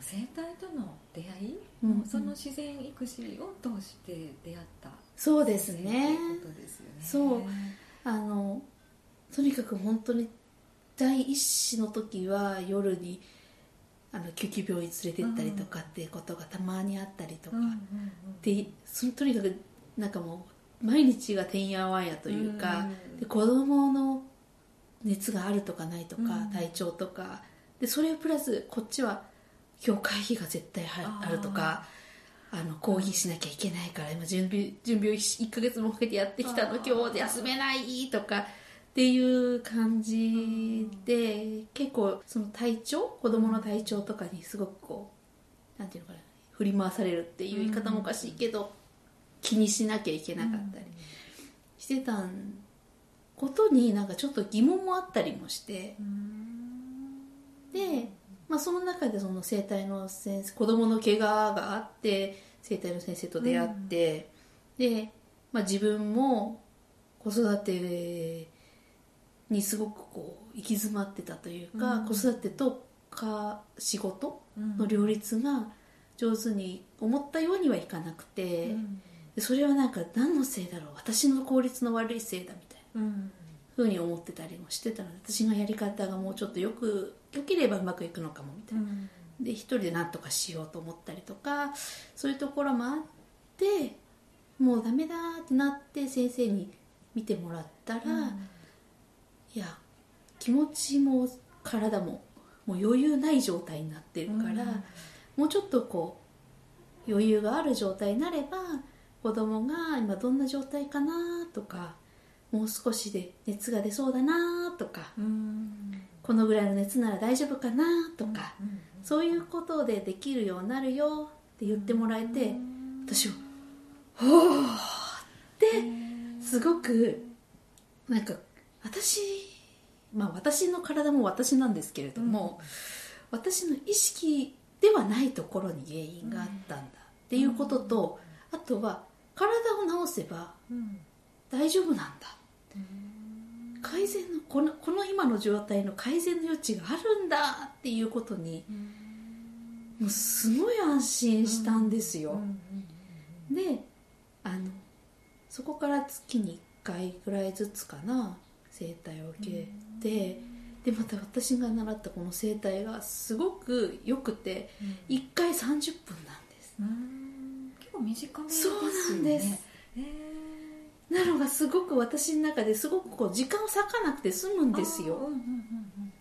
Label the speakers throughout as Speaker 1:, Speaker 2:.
Speaker 1: 生態との出会い、
Speaker 2: うんうん
Speaker 1: その自然育児を通して出会った
Speaker 2: そうですね
Speaker 1: っていうことですよね
Speaker 2: そうあのとにかく本当に第一子の時は夜にあの救急病院連れてったりとかっていうことがたまにあったりとか、
Speaker 1: うんうんうん
Speaker 2: でそのとにかくなんかもう毎日がてんやわんやというか、で子供の熱があるとかないとか、
Speaker 1: うん
Speaker 2: 体調とかでそれプラスこっちは教会費が絶対は
Speaker 1: あー
Speaker 2: あるとかあの講義しなきゃいけないから今準備準備を1ヶ月もかけてやってきたの
Speaker 1: あー
Speaker 2: 今日休めないとかっていう感じで、結構その体調子供の体調とかにすごくこうなんていうのかな振り回されるっていう言い方もおかしいけど、気にしなきゃいけなかったりしてたんことになんかちょっと疑問もあったりもして
Speaker 1: うん
Speaker 2: で、まあ、その中でその生体の先生子供の怪我があって生体の先生と出会って、で、まあ、自分も子育てにすごくこう行き詰まってたというか、
Speaker 1: うん
Speaker 2: 子育てとか仕事
Speaker 1: うん
Speaker 2: の両立が上手に思ったようにはいかなくて、
Speaker 1: うん
Speaker 2: でそれはなんか何のせいだろう私の効率の悪いせいだみたいな。
Speaker 1: うん
Speaker 2: ふうに思ってたりもしてたので私のやり方がもうちょっとよく良ければうまくいくのかもみたいな、
Speaker 1: うん
Speaker 2: で一人で何とかしようと思ったりとかそういうところもあってもうダメだってなって先生に見てもらったら、いや気持ちも体ももう余裕ない状態になってるから、
Speaker 1: うん
Speaker 2: もうちょっとこう余裕がある状態になれば子供が今どんな状態かなとかもう少しで熱が出そうだなとか
Speaker 1: うん
Speaker 2: このぐらいの熱なら大丈夫かなとか、
Speaker 1: うん
Speaker 2: そういうことでできるようになるよって言ってもらえて、
Speaker 1: うん
Speaker 2: 私は「ほーって
Speaker 1: うん
Speaker 2: すごくなんか私まあ私の体も私なんですけれども、私の意識ではないところに原因があったんだっていうことと、あとは体を治せば
Speaker 1: うん
Speaker 2: 大丈夫なんだ改善のこのこの今の状態の改善の余地があるんだっていうことにもうすごい安心したんですよ、
Speaker 1: うん
Speaker 2: であのそこから月に1回ぐらいずつかな整体を受けて、でまた私が習ったこの整体がすごく良くて1回30分なんです
Speaker 1: うん結構短めです
Speaker 2: そ
Speaker 1: よね
Speaker 2: うなんです、
Speaker 1: へー
Speaker 2: なのがすごく私の中ですごくこう時間を割かなくて済むんです
Speaker 1: あー
Speaker 2: よ
Speaker 1: うんうんうん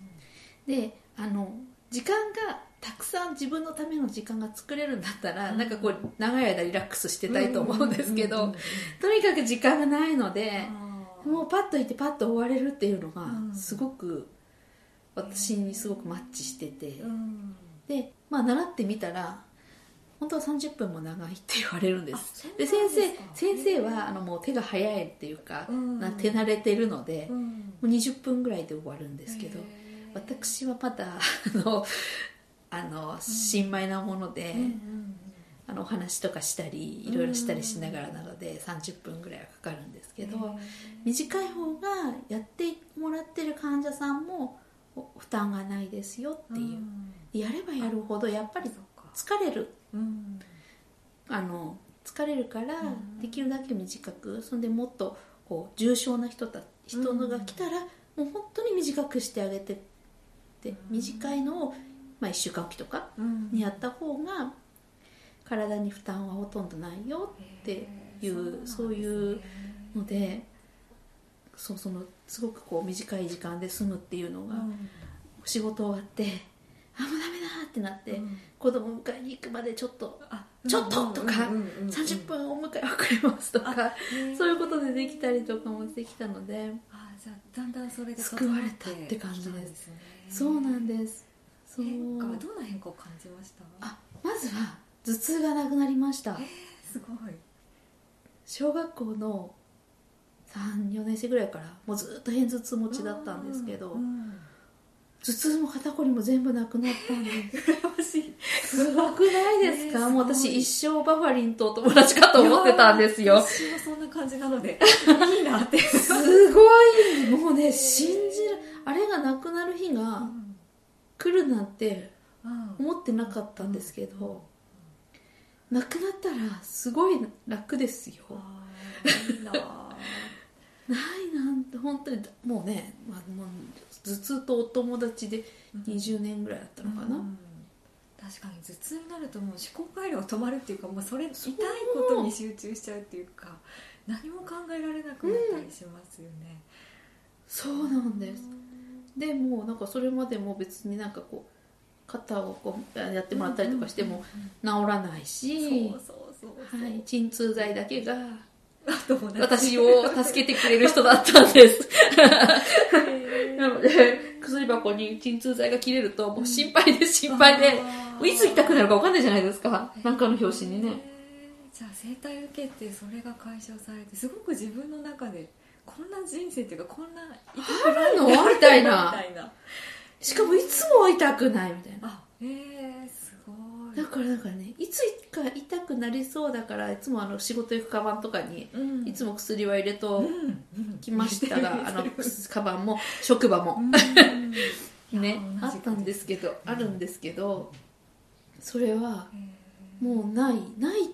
Speaker 2: であの時間がたくさん自分のための時間が作れるんだったら、
Speaker 1: うん
Speaker 2: なんかこう長い間リラックスして
Speaker 1: うん
Speaker 2: たいと思うんですけど、
Speaker 1: うんうんうん
Speaker 2: とにかく時間がないので、
Speaker 1: あー
Speaker 2: もうパッと行ってパッと終われるっていうの
Speaker 1: う
Speaker 2: が
Speaker 1: ん
Speaker 2: すごく私にすごくマッチしてて、
Speaker 1: うん
Speaker 2: でまあ習ってみたら本当は30分も長いって言われるんで
Speaker 1: あ
Speaker 2: す
Speaker 1: そうなん
Speaker 2: で
Speaker 1: で
Speaker 2: 先
Speaker 1: すか
Speaker 2: 生先生はあのもう手が早いっていうか、
Speaker 1: うん
Speaker 2: な手慣れてるので、
Speaker 1: う
Speaker 2: も
Speaker 1: ん
Speaker 2: う20分ぐらいで終わるんですけど、
Speaker 1: へー
Speaker 2: 私はまだあのあの新米なもので、
Speaker 1: うんうん
Speaker 2: あのお話とかしたりいろいろしたりしながらなので、30分ぐらいはかかるんですけど、
Speaker 1: うん
Speaker 2: 短い方がやってもらってる患者さんもお負担がないですよっていう、
Speaker 1: ん
Speaker 2: やればやるほどやっぱり
Speaker 1: そっか
Speaker 2: 疲れる
Speaker 1: うん
Speaker 2: あの疲れるから
Speaker 1: うん
Speaker 2: できるだけ短く、そんでもっとこう重症な人た人のが来たら、もう本当に短くしてあげてって短いのを、まあ、1週間おきとか
Speaker 1: うん
Speaker 2: にやった方が体に負担はほとんどないよってい
Speaker 1: へ
Speaker 2: う
Speaker 1: ー
Speaker 2: そういう
Speaker 1: そう
Speaker 2: のでそうそのすごくこう短い時間で済むっていうのが、
Speaker 1: なんですね
Speaker 2: 仕事終わって「あもうダメだ!」ってなって、
Speaker 1: うんうん
Speaker 2: 子供迎えに行くまでちょっと
Speaker 1: あ
Speaker 2: ちょっととか
Speaker 1: うんうんうんうん
Speaker 2: 30分お迎え遅れますとか、
Speaker 1: へー
Speaker 2: そういうことでできたりとかもできたので、
Speaker 1: あーじゃあだんだんそれで
Speaker 2: 救われたって感じです
Speaker 1: 整ってきたんですね
Speaker 2: そうなんですそう
Speaker 1: 変化はどんな変化を感じました
Speaker 2: あまずは頭痛がなくなりました
Speaker 1: すごい
Speaker 2: 小学校の34年生ぐらいからもうずっと片頭痛持ちだったんですけど、
Speaker 1: うん
Speaker 2: 頭痛も肩こりも全部なくなった んです
Speaker 1: 羨ましい
Speaker 2: すごくないですか、
Speaker 1: ねえ
Speaker 2: もう
Speaker 1: すご
Speaker 2: 私
Speaker 1: い
Speaker 2: 一生バファリンとお友達かと思ってたんです
Speaker 1: いや
Speaker 2: よ
Speaker 1: 私もそんな感じなの でいいなって
Speaker 2: すごいもうね信じるあれがなくなる日が来るなんて
Speaker 1: うん
Speaker 2: 思ってなかったんですけど、なくなったらすごい楽ですよ
Speaker 1: あーいいなあ
Speaker 2: ないなんて本当にもうね、まあ、もう頭痛とお友達で20年ぐらいだったのかな、
Speaker 1: うん確かに頭痛になるともう思考回路が止まるっていうかもうそれ痛いことに集中しちゃうっていうか何も考えられなくなったりしますよね、
Speaker 2: そうなんですでもうなんかそれまでも別になんかこう肩をこうやってもらったりとかしても治らないし、
Speaker 1: そうそうそうそう、
Speaker 2: はい、鎮痛剤だけが
Speaker 1: あと同じ
Speaker 2: 私を助けてくれる人だったんです
Speaker 1: へー
Speaker 2: なので薬箱に鎮痛剤が切れるともう心配で心配で
Speaker 1: あー
Speaker 2: いつ痛くなるか分かんないじゃないですかなんかの拍子にね
Speaker 1: へーじゃあ整体受けてそれが解消されてすごく自分の中でこんな人生っていうかこんな痛く
Speaker 2: あるの
Speaker 1: ない
Speaker 2: みたいな
Speaker 1: みたいな
Speaker 2: しかもいつも痛くないみたいな
Speaker 1: あえー、すごい
Speaker 2: だからなんかねいつか痛くなりそうだからいつもあの仕事行くカバンとかに
Speaker 1: うん
Speaker 2: いつも薬は入れと
Speaker 1: うん
Speaker 2: きました があのカバンも職場も ねあったんですけどあるんですけどそれは
Speaker 1: う
Speaker 2: もうないない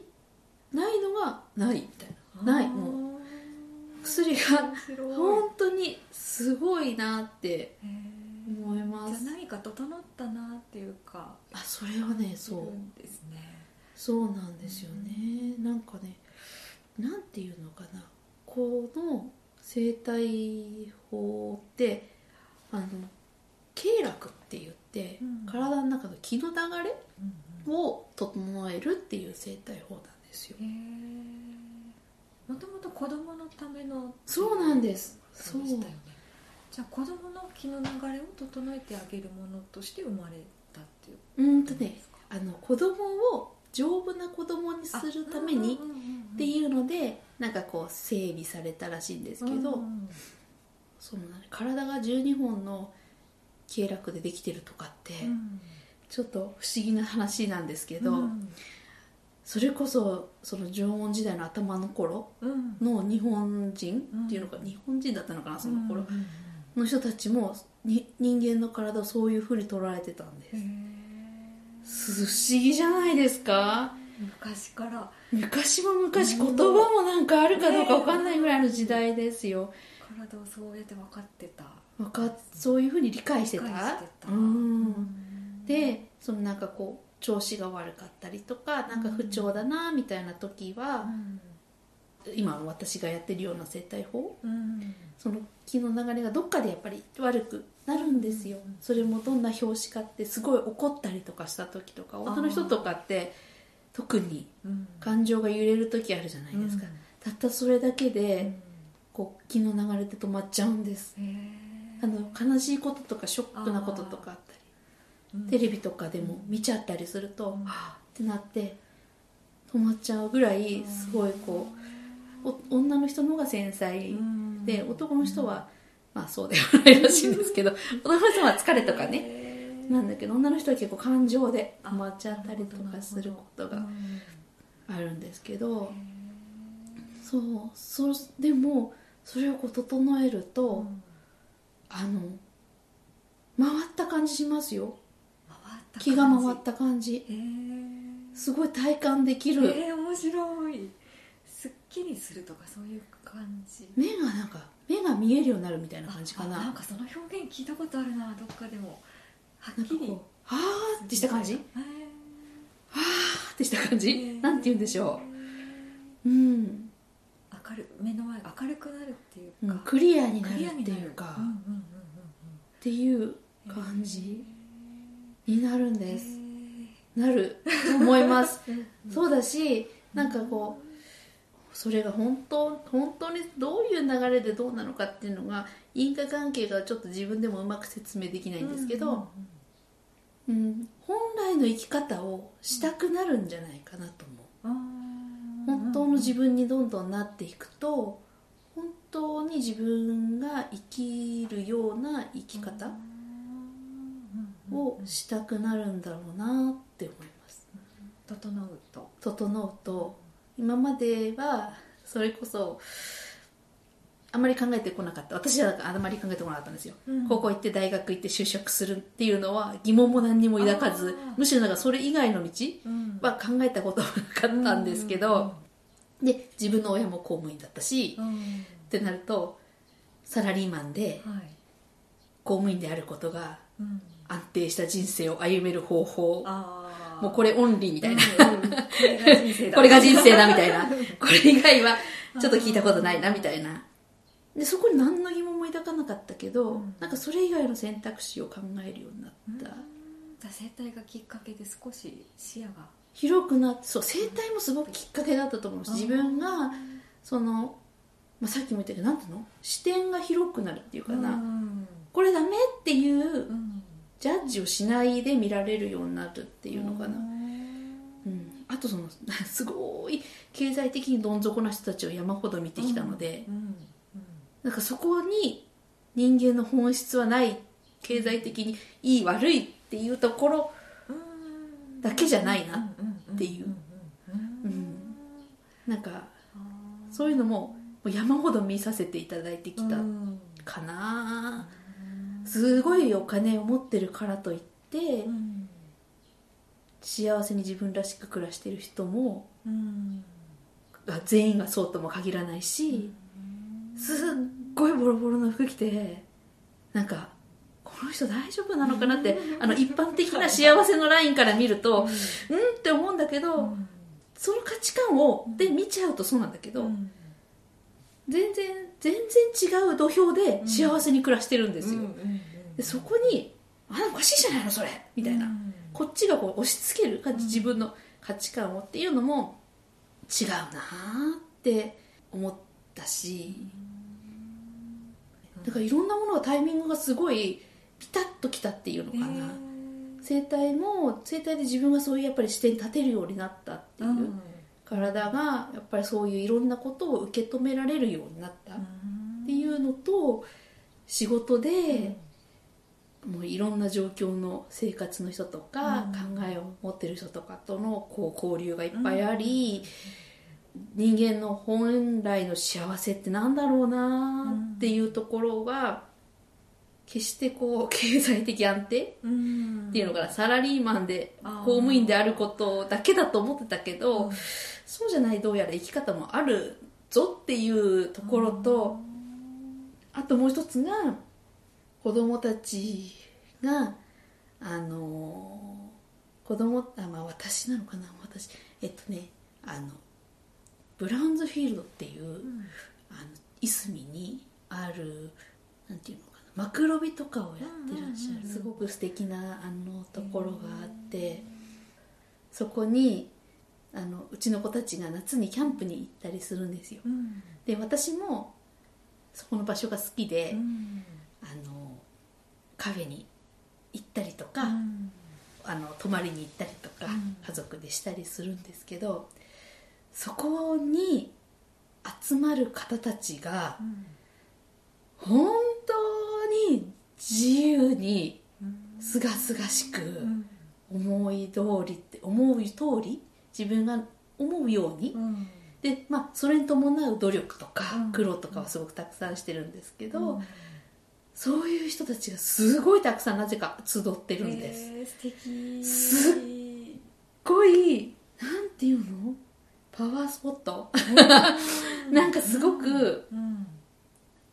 Speaker 2: ないのはないみたいなないも
Speaker 1: う
Speaker 2: 薬が本当にすごいなって思いま
Speaker 1: じ
Speaker 2: す
Speaker 1: ゃあ何か整ったなっていうか
Speaker 2: あそれはねそう
Speaker 1: うですね
Speaker 2: そうなんですよねなんかねなんていうのかなこの生態法ってあの経絡って言って、
Speaker 1: うん
Speaker 2: 体の中の気の流
Speaker 1: うん
Speaker 2: れを整えるっていう生態法なんですよ
Speaker 1: うんへえもともと子供のための
Speaker 2: そうなんです
Speaker 1: そ
Speaker 2: そうう
Speaker 1: でしたよねじゃあ子供の気の流れを整えてあげるものとして生まれたっていう
Speaker 2: うんと
Speaker 1: こと
Speaker 2: ね
Speaker 1: ですか
Speaker 2: あの子供を丈夫な子供にするためにって
Speaker 1: う
Speaker 2: いうのでなんかこう整備されたらしいんですけど、
Speaker 1: んうん
Speaker 2: その体が12本の経絡でできてるとかって、
Speaker 1: うん
Speaker 2: ちょっと不思議な話なんですけど、
Speaker 1: うん
Speaker 2: それこそその縄文時代の頭の頃
Speaker 1: うん
Speaker 2: の日本人
Speaker 1: うん
Speaker 2: っていうのか、日本人だったのかなその
Speaker 1: うん
Speaker 2: 頃
Speaker 1: うん
Speaker 2: の人たちもに人間の体をそういうふうに捉えてたんで
Speaker 1: うん
Speaker 2: す、不思議じゃないですか
Speaker 1: 昔から
Speaker 2: 昔も昔言葉もなんかあるかどうか分かんないぐらいの時代ですよ
Speaker 1: 体をそうやって分かってた
Speaker 2: 分かっそういうふうに理解してた
Speaker 1: 理解してた
Speaker 2: うんでそのなんかこう調子が悪かったりとかなんか不調だなみたいな時は、今私がやってるような生態法
Speaker 1: うん
Speaker 2: その気の流れがどっかでやっぱり悪くなるんですよ、
Speaker 1: うん
Speaker 2: それもどんな拍子かってすごい怒ったりとかした時とか女の人とかって特に
Speaker 1: うん
Speaker 2: 感情が揺れる時あるじゃないですか、
Speaker 1: うん
Speaker 2: たったそれだけで、
Speaker 1: うん
Speaker 2: こう気の流れって止まっちゃうんです
Speaker 1: へー
Speaker 2: あの悲しいこととかショックなこととかあったり
Speaker 1: うん
Speaker 2: テレビとかでも見ちゃったりすると、
Speaker 1: うん
Speaker 2: はぁってなって止まっちゃうぐらいすごいこう、お女の人の方が繊細
Speaker 1: うん
Speaker 2: で、男の人は、まあそうではないらしいんですけど男の人は疲れとかね
Speaker 1: へー
Speaker 2: なんだけど女の人は結構感情で止まっちゃったりとかすること
Speaker 1: う
Speaker 2: が
Speaker 1: ん
Speaker 2: あるんですけど、そうそうでもそれをこう整えると、
Speaker 1: うん
Speaker 2: あの回った感じしますよ
Speaker 1: 回った
Speaker 2: 気が回った感じ
Speaker 1: へ
Speaker 2: すごい体感でき
Speaker 1: え
Speaker 2: る、
Speaker 1: えー面白いすっきりするとかそういう感じ
Speaker 2: 目がなんか目が見えるようになるみたいな感じかな
Speaker 1: あ
Speaker 2: な
Speaker 1: なんん
Speaker 2: か
Speaker 1: かその表現聞いたことあるなどっかでもはっきり
Speaker 2: こうはーってした感じ
Speaker 1: へ
Speaker 2: はーってした感じ、
Speaker 1: ー
Speaker 2: なんて言うんでしょ
Speaker 1: へ
Speaker 2: ううん、
Speaker 1: ー明る目の前が明るくなるっていう
Speaker 2: うん
Speaker 1: か、
Speaker 2: クリアにな
Speaker 1: ク
Speaker 2: る
Speaker 1: リア
Speaker 2: っ
Speaker 1: に
Speaker 2: て
Speaker 1: なる
Speaker 2: いうか、
Speaker 1: うんうん
Speaker 2: っ
Speaker 1: うんうん
Speaker 2: ていう
Speaker 1: うん
Speaker 2: 感じになるん
Speaker 1: へー
Speaker 2: です、なると思います
Speaker 1: うん
Speaker 2: そうだしなんかこうそれが本当本当にどういう流れでどうなのかっていうのが因果関係がちょっと自分でもうまく説明できないんですけど、
Speaker 1: うんうん
Speaker 2: うん、本来の生き方をしたくなるんじゃないかなと
Speaker 1: う
Speaker 2: 思う
Speaker 1: んあー
Speaker 2: 本当の自分にどんどんなっていくと本当に自分が生きるような生き方
Speaker 1: うんうんうん
Speaker 2: をしたくなるんだろうなって思います
Speaker 1: 整うと
Speaker 2: 整うと今まではそれこそあまり考えてこなかった私はあまり考えてこなかったんですよ、
Speaker 1: うん
Speaker 2: 高校行って大学行って就職するっていうのは疑問も何にも抱かず
Speaker 1: あー
Speaker 2: むしろなんかそれ以外の道
Speaker 1: うん
Speaker 2: は考えたことはなかったんですけど、で自分の親も公務員だったし、
Speaker 1: うんうん
Speaker 2: ってなるとサラリーマンで
Speaker 1: はい
Speaker 2: 公務員であることが
Speaker 1: うん
Speaker 2: 安定した人生を歩める方法
Speaker 1: あー
Speaker 2: もうこれオンリーみたいな、
Speaker 1: うんうんこれが人生だ
Speaker 2: これが人生だみたい なこれ以外はちょっと聞いたことないなみたいなでそこに何の疑問も抱かなかったけど、
Speaker 1: うん
Speaker 2: なんかそれ以外の選択肢を考えるようになった、
Speaker 1: だ生態がきっかけで少し視野が
Speaker 2: 広くなってそう生態もすごくきっかけだったと思うし
Speaker 1: うん
Speaker 2: 自分がその、まあ、さっきも言ったけどなんていうの視点が広くなるっていうかな、
Speaker 1: うん
Speaker 2: これダメっていう
Speaker 1: うん
Speaker 2: ジャッジをしないで見られるようになるっていうのかな、
Speaker 1: う
Speaker 2: うん
Speaker 1: ん
Speaker 2: あとその すごい経済的にどん底な人たちを山ほど見てきたので、
Speaker 1: うんうん
Speaker 2: なんかそこに人間の本質はない経済的にいい悪いっていうところ
Speaker 1: うん
Speaker 2: だけじゃないなっていう
Speaker 1: うんうんうん
Speaker 2: なんか
Speaker 1: あー
Speaker 2: そういうのももう山ほど見させていただいてきた
Speaker 1: うん
Speaker 2: かな、
Speaker 1: うん
Speaker 2: すごいお金を持ってるからといって
Speaker 1: うん
Speaker 2: 幸せに自分らしく暮らしてる人も
Speaker 1: うん
Speaker 2: が全員がそうとも限らないし、すっごいボロボロの服着てなんかこの人大丈夫なのかなってあの一般的な幸せのラインから見るとうんって思うんだけど、
Speaker 1: うん
Speaker 2: その価値観をで見ちゃうとそうなんだけど、
Speaker 1: うん
Speaker 2: 全然全然違う土俵で幸せに暮らしてるんです
Speaker 1: う
Speaker 2: よ、
Speaker 1: んうんうん
Speaker 2: でそこに「あおかしいじゃないのそれ」みたいな、
Speaker 1: うん
Speaker 2: こっちがこう押し付ける感
Speaker 1: う
Speaker 2: じ
Speaker 1: ん
Speaker 2: 自分の価値観をっていうのも違うなーって思ったし、
Speaker 1: うん
Speaker 2: だからいろんなものがタイミングがすごいピタッときたっていうのかな、
Speaker 1: へー
Speaker 2: 生態も生態で自分がそういうやっぱり視点に立てるようになったっていう、
Speaker 1: うん
Speaker 2: 体がやっぱりそういういろんなことを受け止められるようになったっていうのと仕事で、もういろんな状況の生活の人とか、
Speaker 1: うん
Speaker 2: 考えを持ってる人とかとのこう交流がいっぱいあり、人間の本来の幸せってなんだろうなっていうところが決してこう 経済的安定
Speaker 1: うん
Speaker 2: っていうのかな、サラリーマンで
Speaker 1: あー
Speaker 2: 公務員であることだけだと思ってたけど、そうじゃないどうやら生き方もあるぞっていうところと、あともう一つが子供たちがあの子供あまあ私なのかな私えっとねあのブラウンズフィールドっていう、
Speaker 1: ん
Speaker 2: あのいすみにあるなんていうのかなマクロビとかをやってらっしゃ
Speaker 1: うんう
Speaker 2: る、
Speaker 1: んうんうん
Speaker 2: すごく素敵なあのところがあって、そこにあのうちの子たちが夏にキャンプに行ったりするんですよ
Speaker 1: うん
Speaker 2: で私もそこの場所が好きで、
Speaker 1: うん
Speaker 2: あのカフェに行ったりとか、
Speaker 1: うん
Speaker 2: あの泊まりに行ったりとか、
Speaker 1: うん
Speaker 2: 家族でしたりするんですけどそこに集まる方たちが
Speaker 1: うん
Speaker 2: 本当に自由に
Speaker 1: うん
Speaker 2: すがすがしく
Speaker 1: うん
Speaker 2: 思い通りって思う通り自分が思うように、
Speaker 1: うん
Speaker 2: で、まあ、それに伴う努力とか
Speaker 1: うん
Speaker 2: 苦労とかはすごくたくさんしてるんですけど、
Speaker 1: うん
Speaker 2: そういう人たちがすごいたくさんなぜか集ってるんです。
Speaker 1: えー素敵
Speaker 2: すっすっごいなんていうのパワースポットなんかすごく
Speaker 1: うん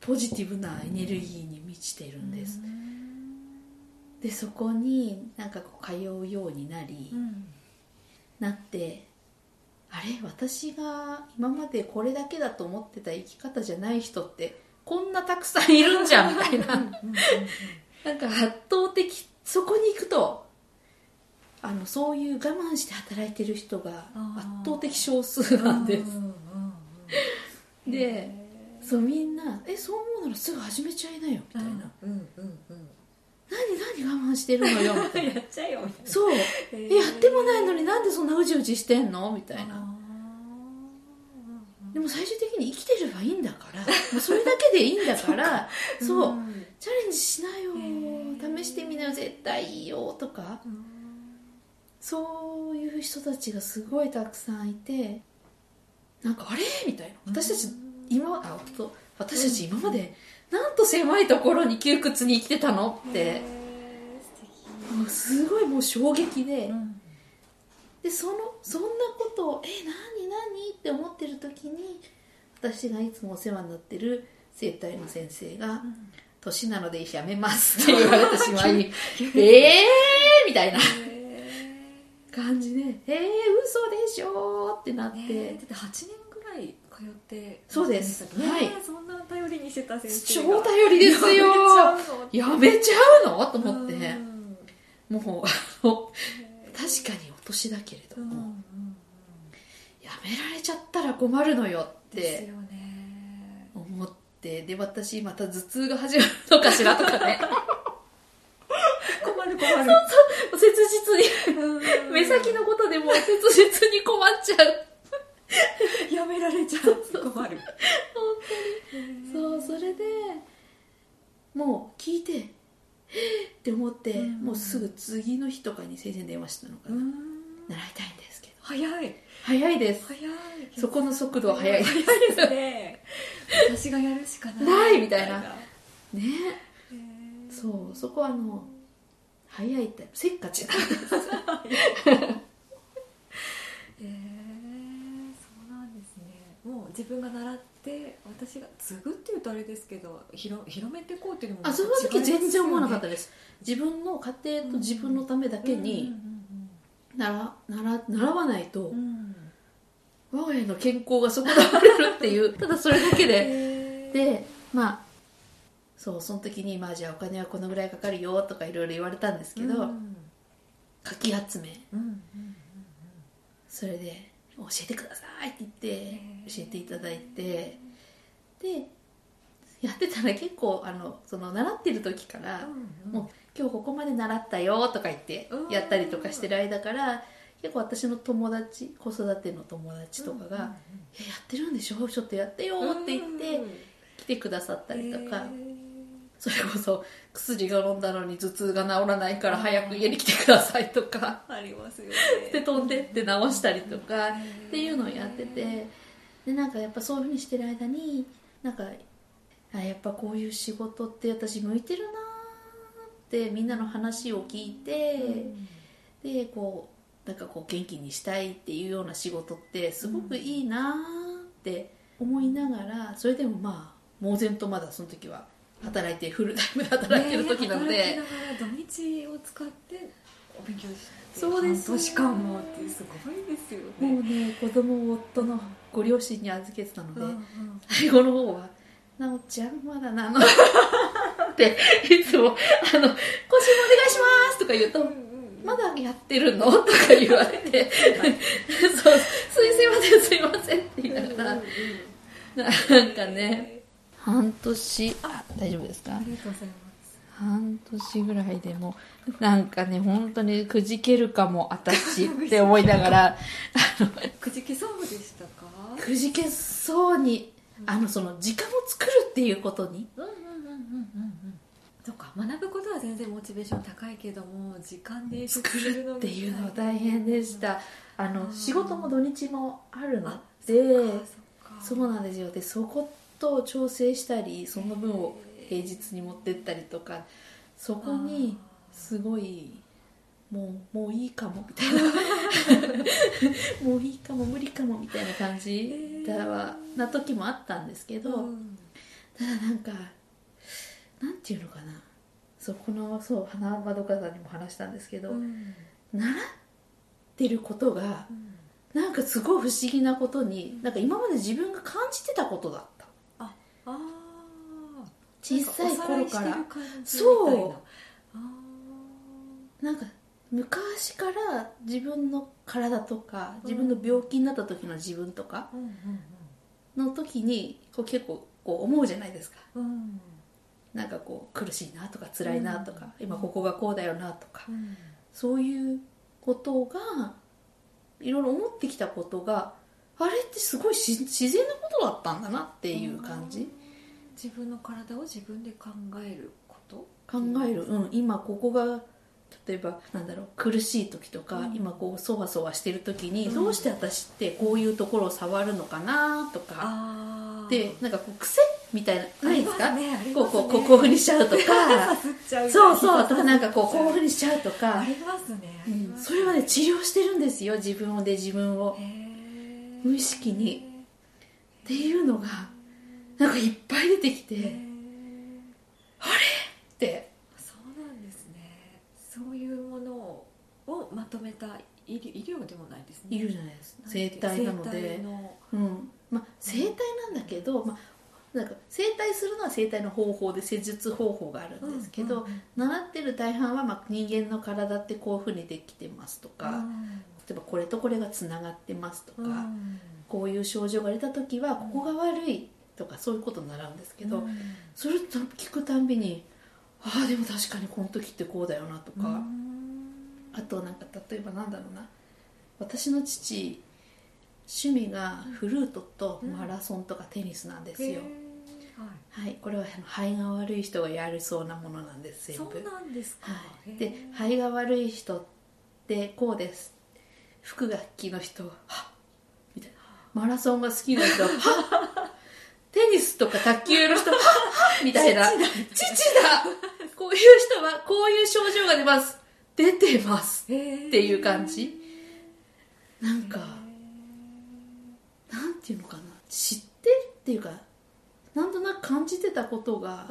Speaker 2: ポジティブなエネルギーに満ちてるんです、
Speaker 1: うん
Speaker 2: でそこになんかこう通うようになり、
Speaker 1: うん
Speaker 2: なってあれ私が今までこれだけだと思ってた生き方じゃない人ってこんなたくさんいるんじゃんみたいななんか
Speaker 1: うん
Speaker 2: 圧倒的そこに行くとあのそういう我慢して働いてる人が圧倒的少数なんです
Speaker 1: うんうんうん
Speaker 2: で
Speaker 1: へ
Speaker 2: そうみんな「えそう思うならすぐ始めちゃいなよ」み
Speaker 1: ー
Speaker 2: たいな
Speaker 1: うんうんうん
Speaker 2: 「何何我慢してるのよ」 みたいな
Speaker 1: やっちゃえよみたいな
Speaker 2: そう「
Speaker 1: え
Speaker 2: えやってもないのになんでそんなうじうじしてんの?」みたいなでも最終的に生きてればいいんだからもうそれだけでいいんだからそう、チャレンジしなよ
Speaker 1: へー
Speaker 2: 試してみなよ絶対いいよとかそういう人たちがすごいたくさんいてなんかあれみたいな私たち今あと私たち今までなんと狭いところに窮屈に生きてたのって
Speaker 1: へー
Speaker 2: もうすごいもう衝
Speaker 1: 素
Speaker 2: 撃で
Speaker 1: 敵、うん
Speaker 2: でそのそんなことを「え何何?」って思ってる時に私がいつもお世話になってる生体の先生が「年なのでやめます」って言われてしま い「えー!」みたいな
Speaker 1: へ
Speaker 2: 感じで「えー嘘でしょ!」ってなっ
Speaker 1: ー
Speaker 2: て
Speaker 1: ねだって8年ぐらい通って
Speaker 2: そうです
Speaker 1: ね、
Speaker 2: はい
Speaker 1: そんな頼りにしてた先生が
Speaker 2: 超頼りですよ
Speaker 1: や
Speaker 2: やめちゃうのと
Speaker 1: めちゃうの
Speaker 2: 思って、
Speaker 1: うん
Speaker 2: もう あの
Speaker 1: へー
Speaker 2: 確かにお年だけれど
Speaker 1: うんうんう
Speaker 2: も、
Speaker 1: ん
Speaker 2: やめられちゃったら困るのよっ
Speaker 1: です
Speaker 2: て
Speaker 1: よね
Speaker 2: 思ってで私また頭痛が始まるのかしらとかね
Speaker 1: 困る困る
Speaker 2: 切実に
Speaker 1: うん
Speaker 2: 目先のことでもう 切実に困っちゃう
Speaker 1: やめられちゃう困る
Speaker 2: そうそれでもう聞いてえっって思って、
Speaker 1: うん
Speaker 2: もうすぐ次の日とかに先生に電話したのか
Speaker 1: う
Speaker 2: な、
Speaker 1: ん
Speaker 2: 習いたいんですけど
Speaker 1: 早い
Speaker 2: 早いです
Speaker 1: 早い
Speaker 2: そこの速度は早いです
Speaker 1: 早いですね私がやるしかない
Speaker 2: ないみたいなね
Speaker 1: へー
Speaker 2: そうそこはあの早いってせっかちな
Speaker 1: へえそうなんですねもう自分が習って私が継ぐっていうとあれですけど広広めていこうっていうのも
Speaker 2: あその時全然思わなかったたです自分の家庭と自分のためだけに習習習わないと我が家の健康が損なわれるっていう ただそれだけで
Speaker 1: で
Speaker 2: でまあそうその時にまあじゃあお金はこのぐらいかかるよとかいろいろ言われたんですけど、かき集めそれで教えてくださいって
Speaker 1: へ
Speaker 2: 言って
Speaker 1: ー
Speaker 2: 教えていただいてでやってたら結構あのその習ってる時から、も今日ここまで習ったよとか言って
Speaker 1: うん
Speaker 2: やったりとかしてる間から結構私の友達子育ての友達とかが「えやってるんでしょちょっとやってよ」って言って来てくださったりとか、それこそ薬が飲んだのに頭痛が治らないから早く家に来てくださいとか
Speaker 1: ありますよ
Speaker 2: で飛んでって治したりとかっていうのをやって
Speaker 1: へ
Speaker 2: てでなんかやっぱそういうふうにしてる間になんかあやっぱこういう仕事って私向いてるなーってみんなの話を聞いて。でこうなんかこう元気にしたいっていうような仕事ってすごくいいなーって思いながらそれでもまあ猛然とまだその時は働いてフルタイムで働いてる時なので、
Speaker 1: ねえ働きながら土日を使ってお勉強して
Speaker 2: そうです
Speaker 1: 半年間もってすごいですよ
Speaker 2: もう
Speaker 1: ね
Speaker 2: ね子供を夫のご両親に預けてたので、
Speaker 1: うんうん
Speaker 2: 最後の方は「なおちゃんまだなの」っていつも「あの今週もお願いします」とか言うと
Speaker 1: うんうん
Speaker 2: まだやってるのとか言われて「 そうすいませんすいません」って言いながら なんかね半年あ大丈夫ですか
Speaker 1: ありがとうございます
Speaker 2: 半年ぐらいでもなんかね本当にくじけるかも 私って思いながら
Speaker 1: くじけそうでしたか
Speaker 2: くじけそうにあのその時間を作るっていうことに
Speaker 1: うんうんうんうんうんうんそうか学ぶことは全然モチベーション高いけども時間で作るの
Speaker 2: っていうのは大変でしたあの仕事も土日もあるの
Speaker 1: あ
Speaker 2: で
Speaker 1: そ
Speaker 2: そううなんですよでそこと調整したりその分を平日に持ってったりとかそこにすごいもうもういいかもみ たいなもういいかも無理かもみたいな感じだわな時もあったんですけど、
Speaker 1: うん
Speaker 2: ただなんかなんていうのかなそうこのそう花まどかさんにも話したんですけど、
Speaker 1: うん
Speaker 2: 習ってることが
Speaker 1: うん
Speaker 2: なんかすごい不思議なことになんか今まで自分が感じてたことだった
Speaker 1: ああ
Speaker 2: 小さい頃から
Speaker 1: そう
Speaker 2: そうなんか昔から自分の体とか自分の病気になった時の自分とか
Speaker 1: うん
Speaker 2: の時にこう結構こう思うじゃないですか
Speaker 1: うんうん
Speaker 2: なんかこう苦しいなとか辛いなとか、今ここがこうだよなとか
Speaker 1: うん
Speaker 2: そういうことがいろいろ思ってきたことがあれってすごいし自然なことだったんだなっていう感じ、
Speaker 1: 自分の体を自分で考えること
Speaker 2: 考える、うん、今ここが例えばなんだろう苦しい時とか、
Speaker 1: うん
Speaker 2: 今こうそわそわしてる時に、
Speaker 1: うん
Speaker 2: どうして私ってこういうところを触るのかなとか、
Speaker 1: ああ
Speaker 2: でなんかこう癖っみたいなないですか
Speaker 1: ありますね
Speaker 2: こうこうこう
Speaker 1: ありますね
Speaker 2: こういうふうにしちゃうと か
Speaker 1: すっちゃう
Speaker 2: そうそうとかなんかこうこういうふう
Speaker 1: に
Speaker 2: にしちゃうとか
Speaker 1: あ、りますねあ
Speaker 2: う
Speaker 1: り
Speaker 2: ん
Speaker 1: ますね
Speaker 2: それはね治療してるんですよ自分で自分を
Speaker 1: へー
Speaker 2: 無意識にっていうのがなんかいっぱい出てきて
Speaker 1: へ
Speaker 2: っ
Speaker 1: ー
Speaker 2: て
Speaker 1: そうなんですねそういうものをまとめた医療医療でもないですね
Speaker 2: いるじゃないですか
Speaker 1: なんて
Speaker 2: 生体なので
Speaker 1: 生体の
Speaker 2: うんまあ、整体なんだけど、まあ、なんか整体するのは整体の方法で施術方法があるんですけ
Speaker 1: う
Speaker 2: ど、
Speaker 1: んうんうん
Speaker 2: 習ってる大半は、まあ、人間の体ってこういうふうにできてますとか、
Speaker 1: うん
Speaker 2: 例えばこれとこれがつながってますとか、
Speaker 1: うん
Speaker 2: こういう症状が出た時はここが悪いとかそういうことを習うんですけど、
Speaker 1: うん
Speaker 2: それと聞くたんびにああでも確かにこの時ってこうだよなとか、
Speaker 1: うん
Speaker 2: あとなんか例えばなんだろうな私の父趣味がフルートとマラソンとかテニスなんです
Speaker 1: へ
Speaker 2: よ、
Speaker 1: ーはい
Speaker 2: はい、これはあの肺が悪い人がやるそうなものなんです全
Speaker 1: そ
Speaker 2: 部
Speaker 1: うなんですか、
Speaker 2: はい、
Speaker 1: へ
Speaker 2: で
Speaker 1: ー
Speaker 2: 肺が悪い人ってこうです服が好きの人ははっみたいなマラソンが好きな人は はっテニスとか卓球の人はは っみたいな父だ こういう人はこういう症状が出ます出てます
Speaker 1: っ
Speaker 2: っていう感じなんかなんていうのかな知ってるっていうかなんとなく感じてたことが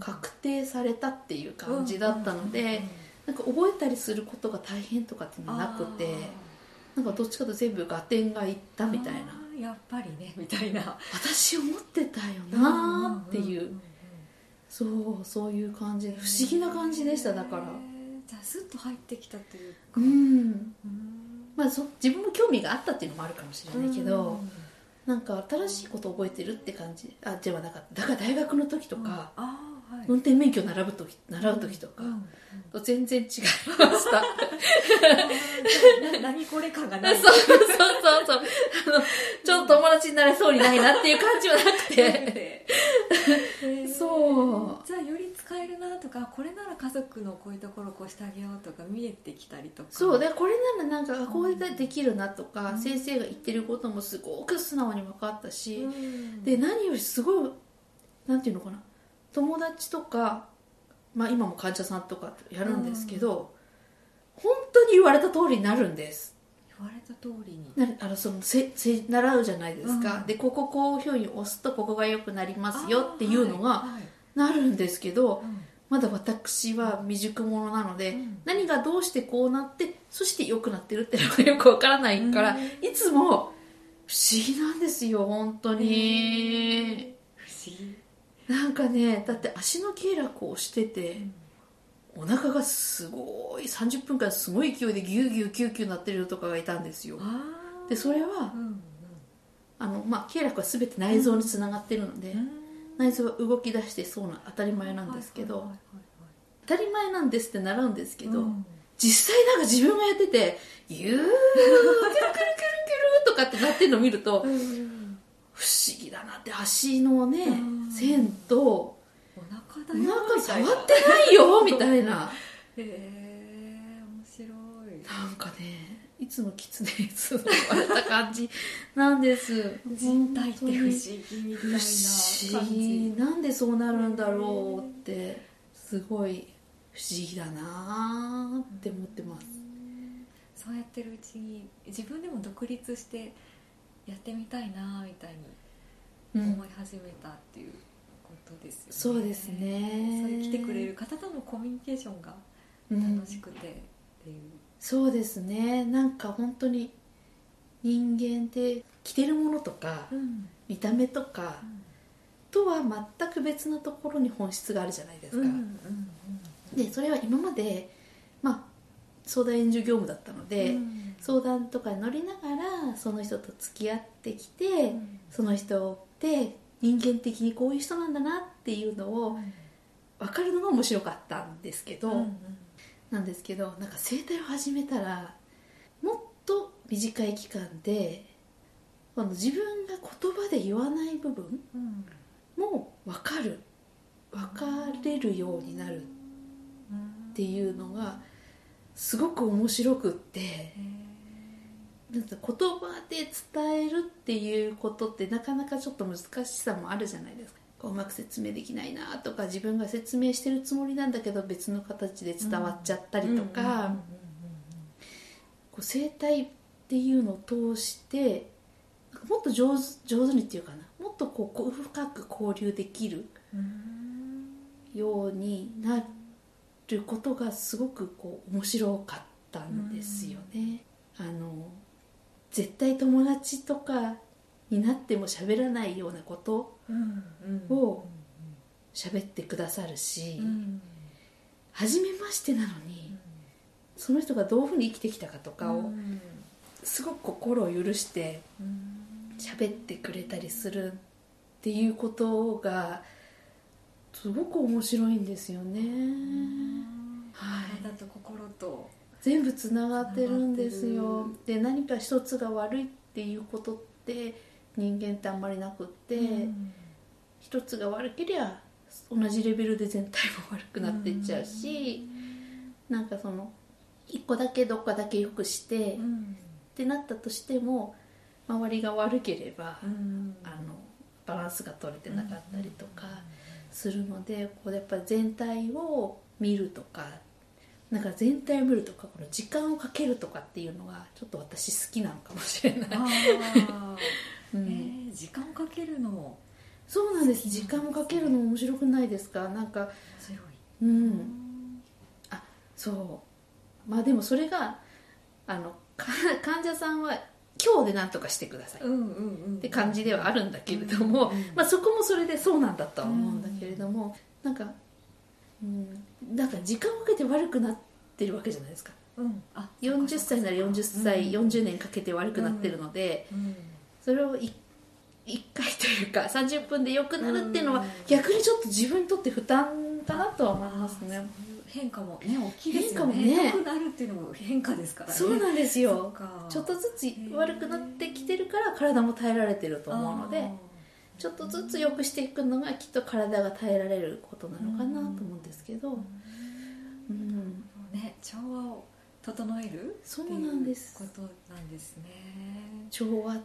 Speaker 2: 確定されたっていう感じだったので、なんか覚えたりすることが大変とかっていうのはなくてなんかどっちかというと全部合点がいったみたいな
Speaker 1: なやっぱりねみたいな
Speaker 2: 私思ってたよなーってい
Speaker 1: んん
Speaker 2: うんそうそういう感じ不思議な感じでしただから
Speaker 1: へーじゃあスッと入ってきたというか
Speaker 2: うん
Speaker 1: うん
Speaker 2: まあそ自分も興味があったっていうのもあるかもしれないけど、
Speaker 1: うん
Speaker 2: なんか新しいこと覚えてるって感じあではなかっただから大学の時と
Speaker 1: うん
Speaker 2: か、
Speaker 1: あーはい
Speaker 2: 運転免許習う時習う時とか、
Speaker 1: うんうん
Speaker 2: と全然違いま した
Speaker 1: な 何これ感が
Speaker 2: そ
Speaker 1: な
Speaker 2: う
Speaker 1: い
Speaker 2: そうそうそう。 あの、ちょっと友達になれそうにないなっていう感じはなくて。そう
Speaker 1: じゃあより使えるなとかこれなら家族のこういうところこうしてあげようとか見えてきたりとか
Speaker 2: そう、で、これならなんか、あこうやってできるなとか、
Speaker 1: うん
Speaker 2: 先生が言ってることもすごく素直に分かったし、
Speaker 1: うん
Speaker 2: で、何よりすごい、なんていうのかな、友達とか、まあ今も患者さんとかとやるんですけど、本当に言われた通りになるんです。
Speaker 1: 言われた通りに
Speaker 2: なあのそのせせ習うじゃないです
Speaker 1: う
Speaker 2: か、
Speaker 1: ん
Speaker 2: でこここういうふうに押すとここが良くなりますよっていうのが
Speaker 1: はい
Speaker 2: なるんですけど、
Speaker 1: はいうん
Speaker 2: まだ私は未熟者なので、
Speaker 1: うん
Speaker 2: 何がどうしてこうなってそして良くなってるってのがよくわからないから、
Speaker 1: うん
Speaker 2: いつも不思議なんですよ本当に、
Speaker 1: 不思議
Speaker 2: なんかねだって足の経絡をしてて
Speaker 1: ん、
Speaker 2: お腹がすごい30分間すごい勢いでギューギューキューキューなってる人とかがいたんですよ
Speaker 1: あー
Speaker 2: でそれ
Speaker 1: う
Speaker 2: は
Speaker 1: んうん
Speaker 2: あの、まあ、経絡は全て内臓につながってるので、内臓は動き出してそうな当たり前なんですけど、
Speaker 1: はいはいはいはい
Speaker 2: 当たり前なんですって習うんですけど、
Speaker 1: うん
Speaker 2: 実際なんか自分がやってて「ゆーキュルキュルキュルキュル」とかってなってるのを見ると
Speaker 1: うん
Speaker 2: 不思議だなって足のね
Speaker 1: うん
Speaker 2: 線と
Speaker 1: お腹
Speaker 2: お
Speaker 1: だよ
Speaker 2: 腹
Speaker 1: みたい
Speaker 2: 触
Speaker 1: な
Speaker 2: ってないよ みたいな
Speaker 1: へえ面白い
Speaker 2: なんかねいつもキツネいつも言われた感じなんです
Speaker 1: 人体って不思議みたい
Speaker 2: 不
Speaker 1: な
Speaker 2: 思
Speaker 1: 感
Speaker 2: 議
Speaker 1: じ
Speaker 2: なんでそうなるんだろうってすごい不思議だなーって思ってます
Speaker 1: そうやってるうちに自分でも独立してやってみたいなみたいに
Speaker 2: うん
Speaker 1: 思い始めたっていうことですよね、
Speaker 2: そうですね
Speaker 1: それ来てくれる方とのコミュニケーションが
Speaker 2: うん
Speaker 1: 楽しくてっていう、
Speaker 2: そうですねなんか本当に人間って着てるものとか
Speaker 1: うん
Speaker 2: 見た目とかとは全く別のところに本質があるじゃないです
Speaker 1: うん
Speaker 2: か、
Speaker 1: うんうん
Speaker 2: でそれは今まで、まあ、相談援助業務だったので、
Speaker 1: うん
Speaker 2: 相談とかに乗りながらその人と付き合ってきて、
Speaker 1: うん
Speaker 2: その人って人間的にこういう人なんだなっていうのを分かるのが面白かったんですけど、
Speaker 1: うんうん
Speaker 2: なんですけどなんか整体を始めたらもっと短い期間であの自分が言葉で言わない部分
Speaker 1: うん
Speaker 2: も分かる分かれるようになるっていうのがすごく面白くって
Speaker 1: へ
Speaker 2: なんか言葉で伝えるっていうことってなかなかちょっと難しさもあるじゃないですかこううまく説明できないなとか自分が説明してるつもりなんだけど別の形で伝わっちゃったりとか、こう生態っていうのを通してなんかもっと上手上手にっていうかなもっとこうこう深く交流できる
Speaker 1: うんうんうんうん
Speaker 2: ようになることがすごくこう面白かったんですよね。あの絶対友達とかになっても喋らないようなこと
Speaker 1: うんうん
Speaker 2: を喋ってくださるし、
Speaker 1: うん
Speaker 2: 初めましてなのにその人がどういうふうに生きてきたかとか
Speaker 1: う
Speaker 2: を
Speaker 1: ん
Speaker 2: すごく心を許して
Speaker 1: うん
Speaker 2: 喋ってくれたりするっていうことがすごく面白いんですよね。はい
Speaker 1: 体と心と
Speaker 2: 全部つながってるんですよで何か一つが悪いっていうことって人間ってあんまりなくって、
Speaker 1: うん
Speaker 2: 一つが悪けりゃ同じレベルで全体も悪くなってっちゃうし、なんかその一個だけどっかだけ良くして、
Speaker 1: う
Speaker 2: っ
Speaker 1: ん
Speaker 2: てなったとしても周りが悪ければ、
Speaker 1: うん
Speaker 2: あのバランスが取れてなかったりとかするので、こうやっぱり全体を見るとかなんか全体を見るとかこの時間をかけるとかっていうのがちょっと私好きなのかもしれない、
Speaker 1: あー
Speaker 2: う
Speaker 1: え
Speaker 2: ん
Speaker 1: ー時間かけるの面
Speaker 2: そうなんです
Speaker 1: 好きなんですね
Speaker 2: 時間をかけるの面白くないですかなんか
Speaker 1: 白い、
Speaker 2: うんそうまあでもそれがあのか患者さんは今日で何とかしてくださいっ
Speaker 1: うんうんうん、って
Speaker 2: 感じではあるんだけれども、
Speaker 1: うん
Speaker 2: まあ、そこもそれでそうなんだとは思うんだけれども、なんか、うん、なんか時間をかけて悪くなってるわけじゃないですか
Speaker 1: うん、あ
Speaker 2: 40歳なら40歳、
Speaker 1: うん
Speaker 2: 40年かけて悪くなってるので、
Speaker 1: うん
Speaker 2: それをい1回というか30分で良くなるっていうの
Speaker 1: う
Speaker 2: は
Speaker 1: ん
Speaker 2: 逆にちょっと自分にとって負担かなとは思います
Speaker 1: そう
Speaker 2: ね、
Speaker 1: いう変化もね大きいですよね
Speaker 2: 変化もね
Speaker 1: 良くなるっていうのも変化ですからね
Speaker 2: そうなんですよ
Speaker 1: そか
Speaker 2: ちょっとずつ悪くなってきてるから体も耐えられてると思うの
Speaker 1: あ
Speaker 2: で
Speaker 1: ー
Speaker 2: ちょっとずつ良くしていくのがきっと体が耐えられることなのかなと思うんですけ
Speaker 1: う
Speaker 2: ど、
Speaker 1: ん
Speaker 2: うん、
Speaker 1: ね調和を整える
Speaker 2: そうなんです
Speaker 1: っていうことなんですね
Speaker 2: 調和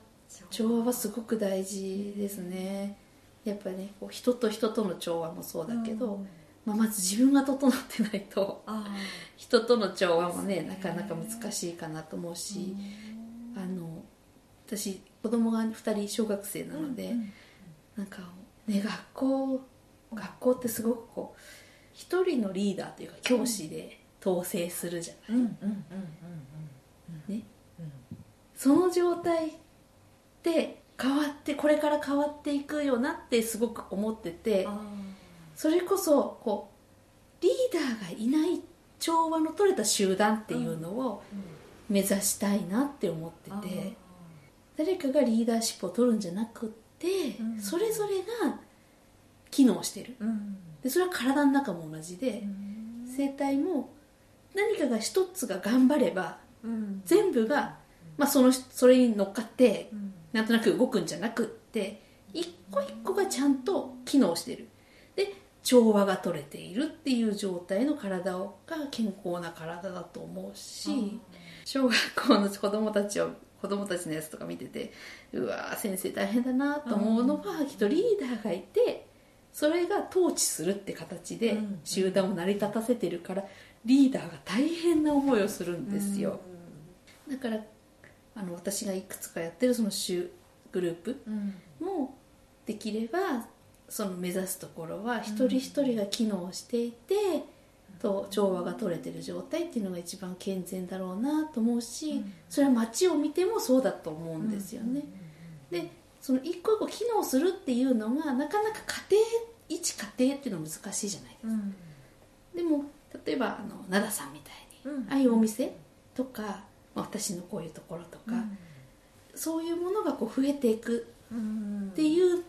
Speaker 2: 調和はすごく大事ですねやっぱねこう人と人との調和もそうだけど、
Speaker 1: うん
Speaker 2: まあ、まず自分が整ってないと
Speaker 1: あー
Speaker 2: 人との調和もね
Speaker 1: そう
Speaker 2: な
Speaker 1: ですね
Speaker 2: かなか難しいかなと思うし、
Speaker 1: うん
Speaker 2: あの私子供が2人小学生なので、
Speaker 1: うん
Speaker 2: なんかね学校学校ってすごくこう一人のリーダーというか教師で統制するじゃ
Speaker 1: うん
Speaker 2: ない、
Speaker 1: うんうんうんうん
Speaker 2: ね
Speaker 1: うん
Speaker 2: その状態って変わってこれから変わっていくよなってすごく思ってて
Speaker 1: あ
Speaker 2: それこそこうリーダーがいない調和の取れた集団っていうのを目指したいなって思
Speaker 1: ー
Speaker 2: ってて、誰かがリーダーシップを取るんじゃなくって、
Speaker 1: うん
Speaker 2: それぞれが機能してる
Speaker 1: あーうん
Speaker 2: でそれは体の中も同じで、生態も何かが一つが頑張れば
Speaker 1: うん
Speaker 2: 全部が、まあ、その人それに乗っかって
Speaker 1: うん
Speaker 2: なんとなく動くんじゃなくって一個一個がちゃんと機能してるで調和が取れているっていう状態の体をが健康な体だと思うし小学校の子供たちを子供たちのやつとか見ててうわー先生大変だなと思うのはきっとリーダーがいてそれが統治するって形で
Speaker 1: うん
Speaker 2: 集団を成り立たせてるからリーダーが大変な思いをするんですよ、だからあの私がいくつかやってるその集グループ
Speaker 1: うんうん
Speaker 2: もできればその目指すところは一人一人が機能していて、と調和が取れてる状態っていうのが一番健全だろうなと思うし、
Speaker 1: うん
Speaker 2: それは街を見てもそうだと思うんですよね、でその一個一個機能するっていうのがなかなか家庭一家庭っていうのは難しいじゃない
Speaker 1: うん
Speaker 2: でも例えばあの奈良さんみたいに、
Speaker 1: うん
Speaker 2: ああいうお店とかまあ私のこういうところとか、そういうものがこう増えていく
Speaker 1: うん
Speaker 2: っていうのが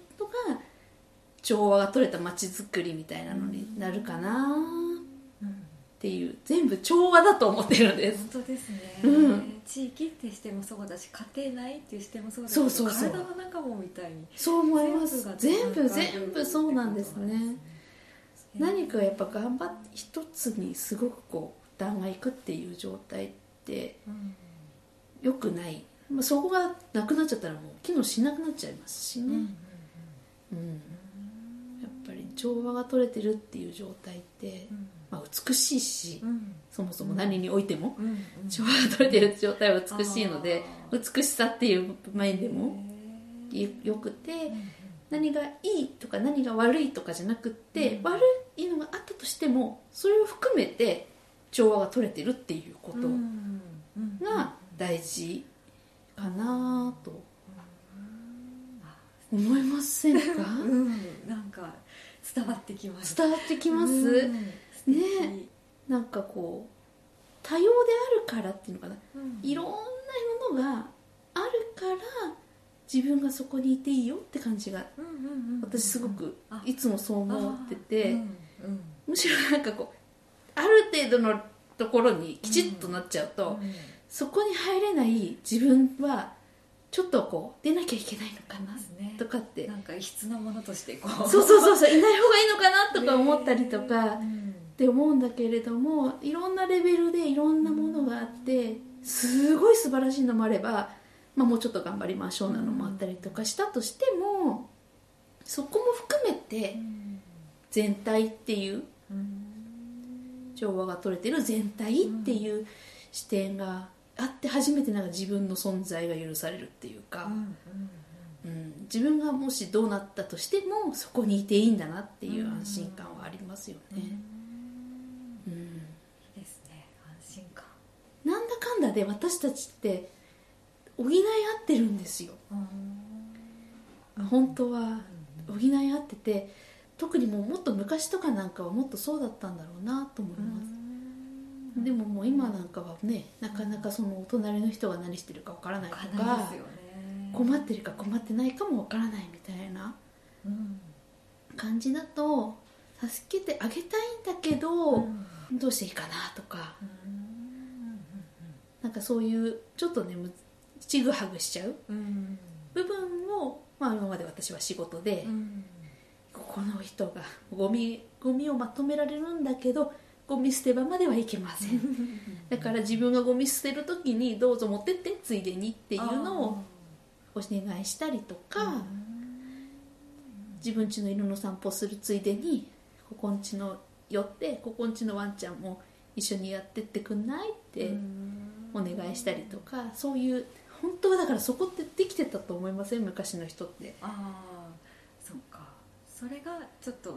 Speaker 2: 調和が取れた街づくりみたいなのになるかな
Speaker 1: うん
Speaker 2: っていう全部調和だと思ってるんです
Speaker 1: 本当ですね、
Speaker 2: うん
Speaker 1: 地域ってしてもそうだし家庭内ってしてもそうだし
Speaker 2: そうそうそう
Speaker 1: 体の中もみたいに
Speaker 2: そう思います全
Speaker 1: 部が
Speaker 2: 部全部そうなんですね何かやっぱ頑張って一つにすごくこう負担がいくっていう状態って
Speaker 1: うん
Speaker 2: 良くない、まあ、そこがなくなっちゃったらもう機能しなくなっちゃいますし
Speaker 1: うんうん
Speaker 2: ね、うん調和が取れてるっていう状態って、
Speaker 1: うん
Speaker 2: まあ、美しいし、
Speaker 1: うん
Speaker 2: そもそも何においても
Speaker 1: うんうん
Speaker 2: 調和が取れてる状態は美しいので
Speaker 1: あ
Speaker 2: 美しさっていう面でも
Speaker 1: へー
Speaker 2: よくて
Speaker 1: うんうん
Speaker 2: 何がいいとか何が悪いとかじゃなくって、
Speaker 1: うん
Speaker 2: 悪いのがあったとしてもそれを含めて調和が取れてるっていうこ
Speaker 1: うん
Speaker 2: と
Speaker 1: うん
Speaker 2: が大事かなと思いませんか
Speaker 1: うんなんか伝わってきます
Speaker 2: 伝わってき
Speaker 1: き
Speaker 2: ます、
Speaker 1: ね
Speaker 2: ねなんかこう多様であるからっていうのかな、いろんなものがあるから自分がそこにいていいよって感じが私すごく
Speaker 1: あ
Speaker 2: いつもそう思ってて、
Speaker 1: うんうん
Speaker 2: むしろなんかこうある程度のところにきちっとなっちゃうと、
Speaker 1: うん
Speaker 2: そこに入れない自分はちょっとこう出なきゃいけないのかな
Speaker 1: ますね
Speaker 2: とかって
Speaker 1: なんか異質なものとしてこう
Speaker 2: そうそう
Speaker 1: う
Speaker 2: そうそういない方がいいのかなとか思ったりとか、って思うんだけれどもいろんなレベルでいろんなものがあってすごい素晴らしいのもあれば、まあ、もうちょっと頑張りましょうなのもあったりとかしたとしてもそこも含めて全体っていう調和が取れてる全体っていう視点があって初めてなんか自分の存在が許されるっていうか、うん、自分がもしどうなったとしてもそこにいていいんだなっていう安心感はありますよね。うん
Speaker 1: ですね安心感
Speaker 2: なんだかんだで私たちって補い合ってるんですよ本当は補い合ってて特にもうもっと昔とかなんかはもっとそうだったんだろうなと思います、でももう今なんかはねなかなかそのお隣の人が何してるかわからないと
Speaker 1: か
Speaker 2: か
Speaker 1: なりですよね
Speaker 2: 困ってるか困ってないかもわからないみたいな
Speaker 1: うん
Speaker 2: 感じだと助けてあげたいんだけ
Speaker 1: う
Speaker 2: ど、
Speaker 1: ん
Speaker 2: どうしていいかなとかなんかそういうちょっとねむちぐはぐしちゃう
Speaker 1: うん
Speaker 2: 部分を、まあ、今まで私は仕事で、
Speaker 1: うん
Speaker 2: ここの人がゴミゴミをまとめられるんだけどゴミ捨て場まではいけませんだから自分がゴミ捨てる時にどうぞ持ってってついでにっていうのをお願いしたりとか、
Speaker 1: あー
Speaker 2: 自分家の犬の散歩するついでにここん家の寄ってここん家のワンちゃんも一緒にやってってくんないって
Speaker 1: うん
Speaker 2: お願いしたりとか、そういう本当はだからそこってできてたと思いません昔の人って
Speaker 1: ああそっかそれがちょっと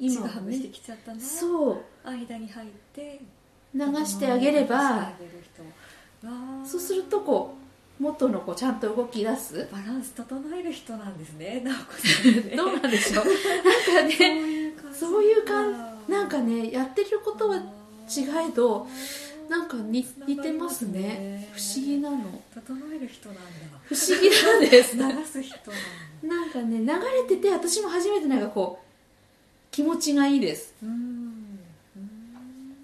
Speaker 1: ちぐ
Speaker 2: 今
Speaker 1: は
Speaker 2: は
Speaker 1: ぐして
Speaker 2: ね
Speaker 1: きちゃったね
Speaker 2: そう
Speaker 1: 間に入って
Speaker 2: 流してあげ
Speaker 1: 流し
Speaker 2: れば
Speaker 1: てあげる人わあ
Speaker 2: そうするとこ元のこうちゃんと動き出す
Speaker 1: バランス整える人なんですね直子さんね
Speaker 2: どうなんでしょうなんかねそういう感
Speaker 1: じ
Speaker 2: なんかねやってることは違えどなんかに
Speaker 1: つながり
Speaker 2: 似てますね
Speaker 1: ま
Speaker 2: 不
Speaker 1: すね
Speaker 2: 思議なの
Speaker 1: 整える人なんだ
Speaker 2: 不思議なん ですな
Speaker 1: 流す人なんだ
Speaker 2: んかね流れてて私も初めてなんかこう気持ちがいいです
Speaker 1: うん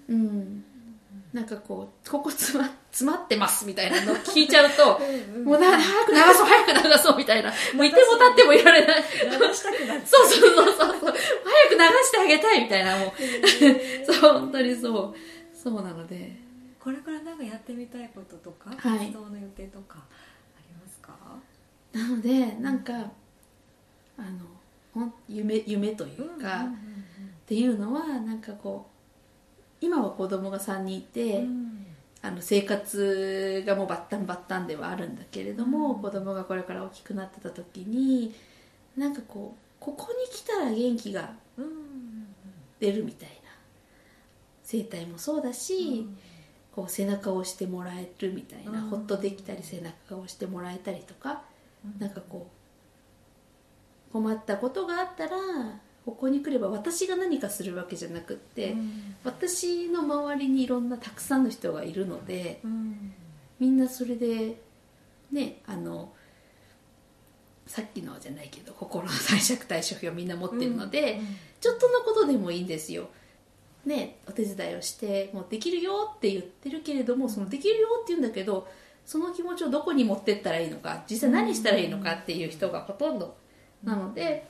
Speaker 2: うんなんかこうここ詰ま詰まってますみたいなのを聞いちゃう ともうな早く流そう早く流そうみたいなもういても立ってもいられない
Speaker 1: 流したくなっち
Speaker 2: そうそうそうそうそう早く流してあげたいみたいなもう
Speaker 1: ゃう
Speaker 2: そう本当にそうそうなので
Speaker 1: これからなんかやってみたいこととか、
Speaker 2: はい
Speaker 1: 活動の予定とかありますか？
Speaker 2: なのでなんかあのほん夢夢というか、
Speaker 1: う
Speaker 2: っ
Speaker 1: ん
Speaker 2: ていうのはなんかこう今は子供が3人いて、あの生活がもうバッタンバッタンではあるんだけれども、
Speaker 1: うん
Speaker 2: 子供がこれから大きくなってた時になんかこうここに来たら元気が
Speaker 1: うん
Speaker 2: 出るみたいな生態もそうだし、こう背中を押してもらえるみたいな、
Speaker 1: うん
Speaker 2: ほっとできたり背中を押してもらえたりとか、なんかこう困ったことがあったらここに来れば私が何かするわけじゃなくって、私の周りにいろんなたくさんの人がいるのでみんなそれでねあのさっきのじゃないけど心の貸借対処表をみんな持ってるので、ちょっとのことでもいいんですよ。ね、お手伝いをしてもうできるよって言ってるけれどもそのできるよって言うんだけどその気持ちをどこに持ってったらいいのか実際何したらいいのかっていう人がほとんどなので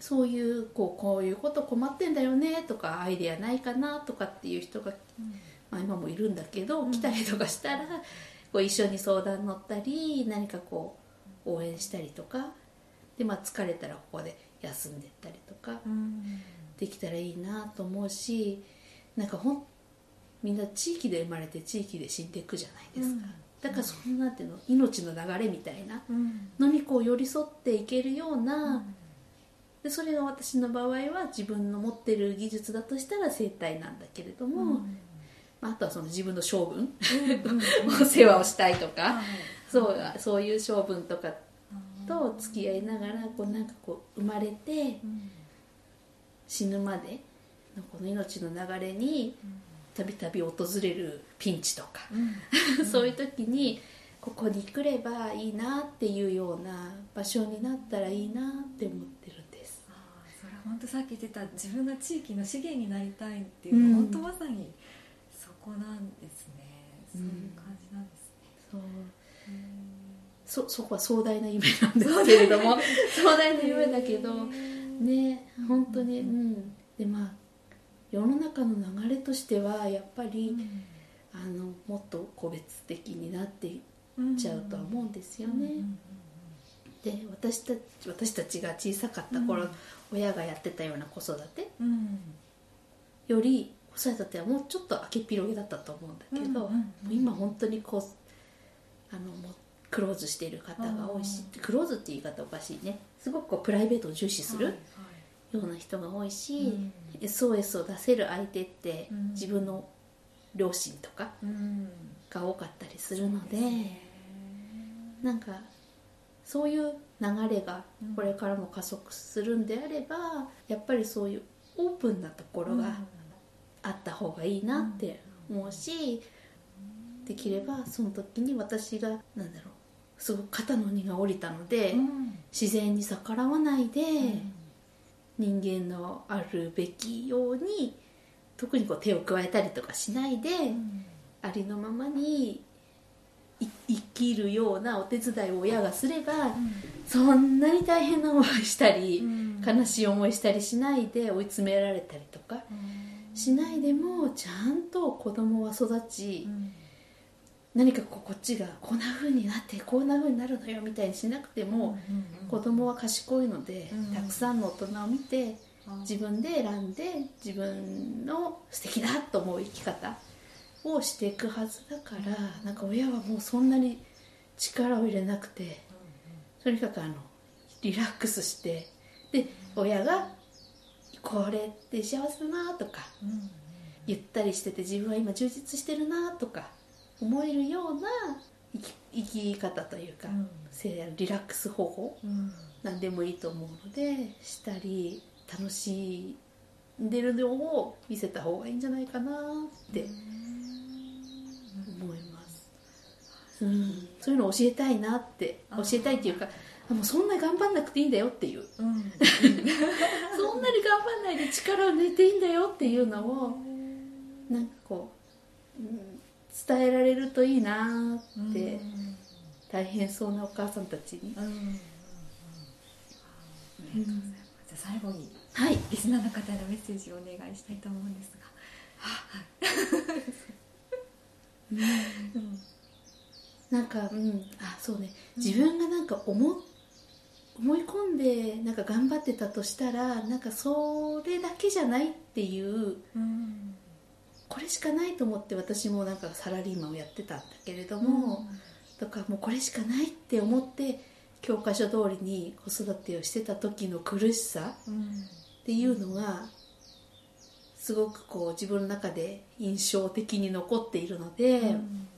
Speaker 2: そういうこうこういうこと困ってんだよねとかアイデアないかなとかっていう人が、まあ、今もいるんだけど
Speaker 1: うん
Speaker 2: 来たりとかしたらこう一緒に相談乗ったり何かこう応援したりとかで、まあ、疲れたらここで休んでったりとか。
Speaker 1: うん
Speaker 2: できたらいいなと思うしなんかほんみんな地域で生まれて地域で死んでいくじゃないですか、だからそんなっていうの命の流れみたいな
Speaker 1: うん
Speaker 2: のにこう寄り添っていけるよう
Speaker 1: う
Speaker 2: な、
Speaker 1: ん
Speaker 2: でそれが私の場合は自分の持ってる技術だとしたら生態なんだけれども、まあ、あとはその自分の性分
Speaker 1: うん
Speaker 2: の世話をしたいとか、
Speaker 1: はい
Speaker 2: そうそういう性分とか
Speaker 1: うん
Speaker 2: と付き合いながらこうなんかこう生まれて
Speaker 1: うん
Speaker 2: 死ぬまでのこの命の流れにたびたび訪れるピンチと か、
Speaker 1: うん
Speaker 2: そういう時にここに来ればいいなっていうような場所になったらいいなって思ってるんです。
Speaker 1: ああそれは本当さっき言ってた自分が地域の資源になりたいっていうのは
Speaker 2: う
Speaker 1: 本
Speaker 2: ん
Speaker 1: 当まさにそこなんですね、
Speaker 2: うん
Speaker 1: そういう感じなんです
Speaker 2: そう
Speaker 1: ね、
Speaker 2: そそこは壮大な夢なんですけれども 壮大な夢だけど
Speaker 1: ね
Speaker 2: ね本当にう
Speaker 1: うん
Speaker 2: んでまあ世の中の流れとしてはやっぱり、あのもっと個別的になっていっちゃうとは思うんですよね、で私たち私たちが小さかった頃、
Speaker 1: うん
Speaker 2: 親がやってたような子育て
Speaker 1: うんうん
Speaker 2: より子育てはもうちょっと明けっぴろげだったと思うんだけ
Speaker 1: うん
Speaker 2: ど、
Speaker 1: うんうん
Speaker 2: もう今本当にこうあのもうクローズしている方が多いし、クローズって言い方おかしいねすごくこうプライベートを重視する、
Speaker 1: はい
Speaker 2: ような人が多いし、
Speaker 1: はい
Speaker 2: SOS を出せる相手って、
Speaker 1: うん
Speaker 2: 自分の両親とか
Speaker 1: うんうん
Speaker 2: が多かったりするので
Speaker 1: そうすね
Speaker 2: なんかそういう流れが
Speaker 1: うん
Speaker 2: これからも加速するんであれば、やっぱりそういうオープンなところがあった方がいいなって思うし、できればその時に私がなんだろうすごく肩の荷が下りたので、
Speaker 1: うん
Speaker 2: 自然に逆らわないで。
Speaker 1: うん
Speaker 2: 人間のあるべきように特にこう手を加えたりとかしないで、
Speaker 1: うん
Speaker 2: ありのままにい生きるようなお手伝いを親がすれば、そんなに大変な思いしたり、悲しい思いしたりしないで追い詰められたりとか
Speaker 1: うん
Speaker 2: しないでもちゃんと子供は育ち、
Speaker 1: うん
Speaker 2: 何かこうこっちがこんな風になってこんな風になるのよみたいにしなくても、
Speaker 1: うんうん
Speaker 2: 子供は賢いので、
Speaker 1: うん
Speaker 2: たくさんの大人を見て
Speaker 1: あ
Speaker 2: 自分で選んで自分の素敵だと思う生き方をしていくはずだからなんか親はもうそんなに力を入れなくてとにかくあのリラックスしてで親が「これって幸せだな」とか
Speaker 1: うんうん
Speaker 2: 「ゆったりしてて自分は今充実してるな」とか思えるような生き生き方というか、
Speaker 1: うん
Speaker 2: せリラックス方法
Speaker 1: うん
Speaker 2: 何でもいいと思うのでしたり楽しんでるのを見せた方がいいんじゃないかなって思います、うん、そういうの教えたいなって
Speaker 1: あ
Speaker 2: 教えたいっていうかあもうそんな頑張んなくていいんだよっていう
Speaker 1: うんうん
Speaker 2: そんなに頑張んないで力を抜いていいんだよっていうのをなんかこう、うん伝えられるといいなって、大変そうなお母さんたちに、
Speaker 1: うんうん
Speaker 2: うん
Speaker 1: じゃあ最後に
Speaker 2: はい
Speaker 1: リスナーの方へのメッセージをお願いしたいと思うんですがうん
Speaker 2: なんか、うん、あそうね自分がなんか思,、思い込んでなんか頑張ってたとしたらなんかそれだけじゃないっていう
Speaker 1: うん
Speaker 2: これしかないと思って私もなんかサラリーマンをやってたんだけれども、とかもうこれしかないって思って教科書通りに子育てをしてた時の苦しさ
Speaker 1: うん
Speaker 2: っていうのがすごくこう自分の中で印象的に残っているので。
Speaker 1: うん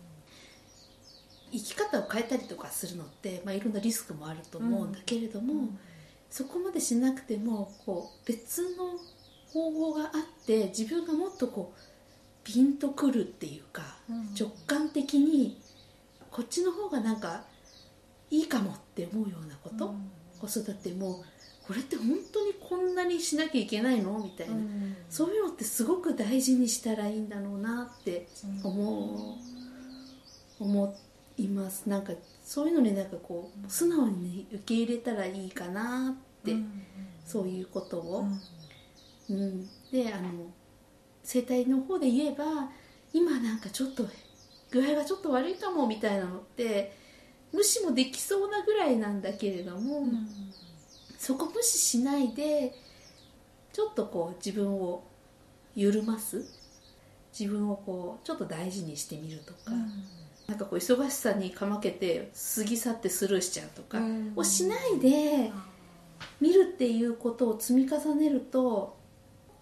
Speaker 2: 生き方を変えたりとかするのって、まあ、いろんなリスクもあると思うんだけれども、そこまでしなくてもこう別の方法があって自分がもっとこうピンとくるっていうか、
Speaker 1: うん
Speaker 2: 直感的にこっちの方がなんかいいかもって思うようなこと、
Speaker 1: うん
Speaker 2: 子育てもこれって本当にこんなにしなきゃいけないのみたいな、
Speaker 1: うん
Speaker 2: そういうのってすごく大事にしたらいいんだろうなって思う思いますなんかそういうのになんかこう素直に受け入れたらいいかなって、
Speaker 1: うん
Speaker 2: そういうこと
Speaker 1: う
Speaker 2: を
Speaker 1: ん、
Speaker 2: うんであの生態の方で言えば今なんかちょっと具合がちょっと悪いかもみたいなのって無視もできそうなぐらいなんだけれども、
Speaker 1: うん
Speaker 2: そこ無視しないでちょっとこう自分を緩ます自分をこうちょっと大事にしてみるとか、なんかこう忙しさにかまけて過ぎ去ってスルーしちゃうとか
Speaker 1: うん
Speaker 2: をしないで見るっていうことを積み重ねると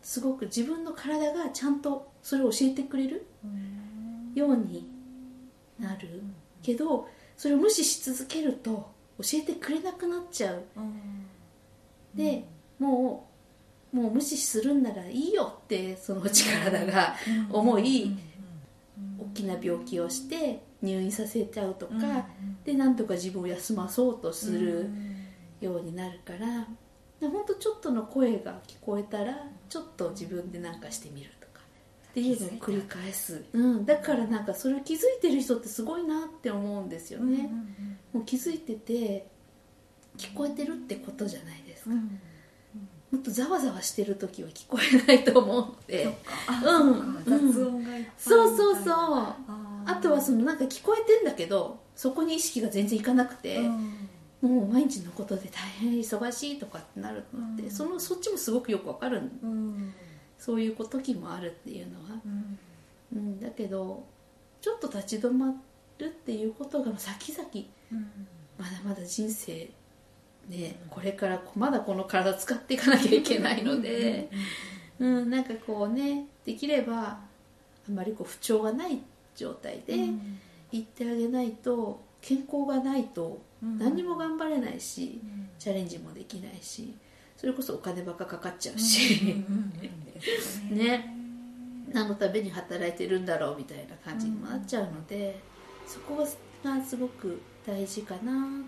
Speaker 2: すごく自分の体がちゃんとそれを教えてくれる
Speaker 1: うん
Speaker 2: ようになるけどそれを無視し続けると教えてくれなくなっちゃう
Speaker 1: うん
Speaker 2: でもうもう無視するんならいいよってその体が
Speaker 1: うん
Speaker 2: 重い
Speaker 1: うん
Speaker 2: 大きな病気をして入院させちゃうとか、
Speaker 1: うん
Speaker 2: でなんとか自分を休まそうとす
Speaker 1: う
Speaker 2: る
Speaker 1: ん
Speaker 2: ようになるから、でほんとちょっとの声が聞こえたらちょっと自分で何かしてみるとかっていうのを繰り返す、うん、だからなんかそれを気づいてる人ってすごいなって思うんですよ
Speaker 1: うん
Speaker 2: ね、もう気づいてて聞こえてるってことじゃないですか、
Speaker 1: うんうん
Speaker 2: もっとざわざわしてる時は聞こえないと思うって
Speaker 1: そっかあ
Speaker 2: うん
Speaker 1: そっか雑音がいっぱい
Speaker 2: そうそうそう
Speaker 1: う
Speaker 2: あとはそのなんか聞こえてんだけどそこに意識が全然いかなくて、
Speaker 1: うん
Speaker 2: もう毎日のことで大変忙しいとかってなるのって、
Speaker 1: うん
Speaker 2: そのそっちもすごくよくわかる
Speaker 1: うん
Speaker 2: そういう時もあるっていうのは、
Speaker 1: うん
Speaker 2: うん、だけどちょっと立ち止まるっていうことが先々
Speaker 1: うん
Speaker 2: まだまだ人生ね
Speaker 1: うん
Speaker 2: これからこまだこの体使っていかなきゃいけないので、うん、なんかこうねできればあまりこう不調がない状態で
Speaker 1: うん
Speaker 2: 行ってあげないと健康がないと
Speaker 1: うん
Speaker 2: 何にも頑張れないし。
Speaker 1: うん
Speaker 2: チャレンジもできないしそれこそお金ばっかかかっちゃう
Speaker 1: うんうん
Speaker 2: し、
Speaker 1: うんうん
Speaker 2: ね何のために働いてるんだろうみたいな感じにもなっちゃうので、そこがすごく大事かな
Speaker 1: う
Speaker 2: と
Speaker 1: ん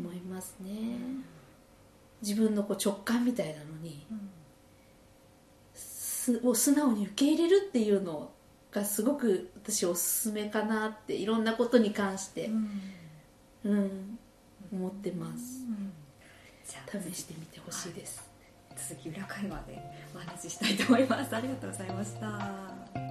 Speaker 2: 思いますね、自分のこう直感みたいなのに
Speaker 1: うん
Speaker 2: すを素直に受け入れるっていうのがすごく私おすすめかなっていろんなことに関して、うん、思ってます
Speaker 1: うんじゃあ
Speaker 2: 試してみてほしいです
Speaker 1: 続き裏会話でお話ししたいと思いますありがとうございました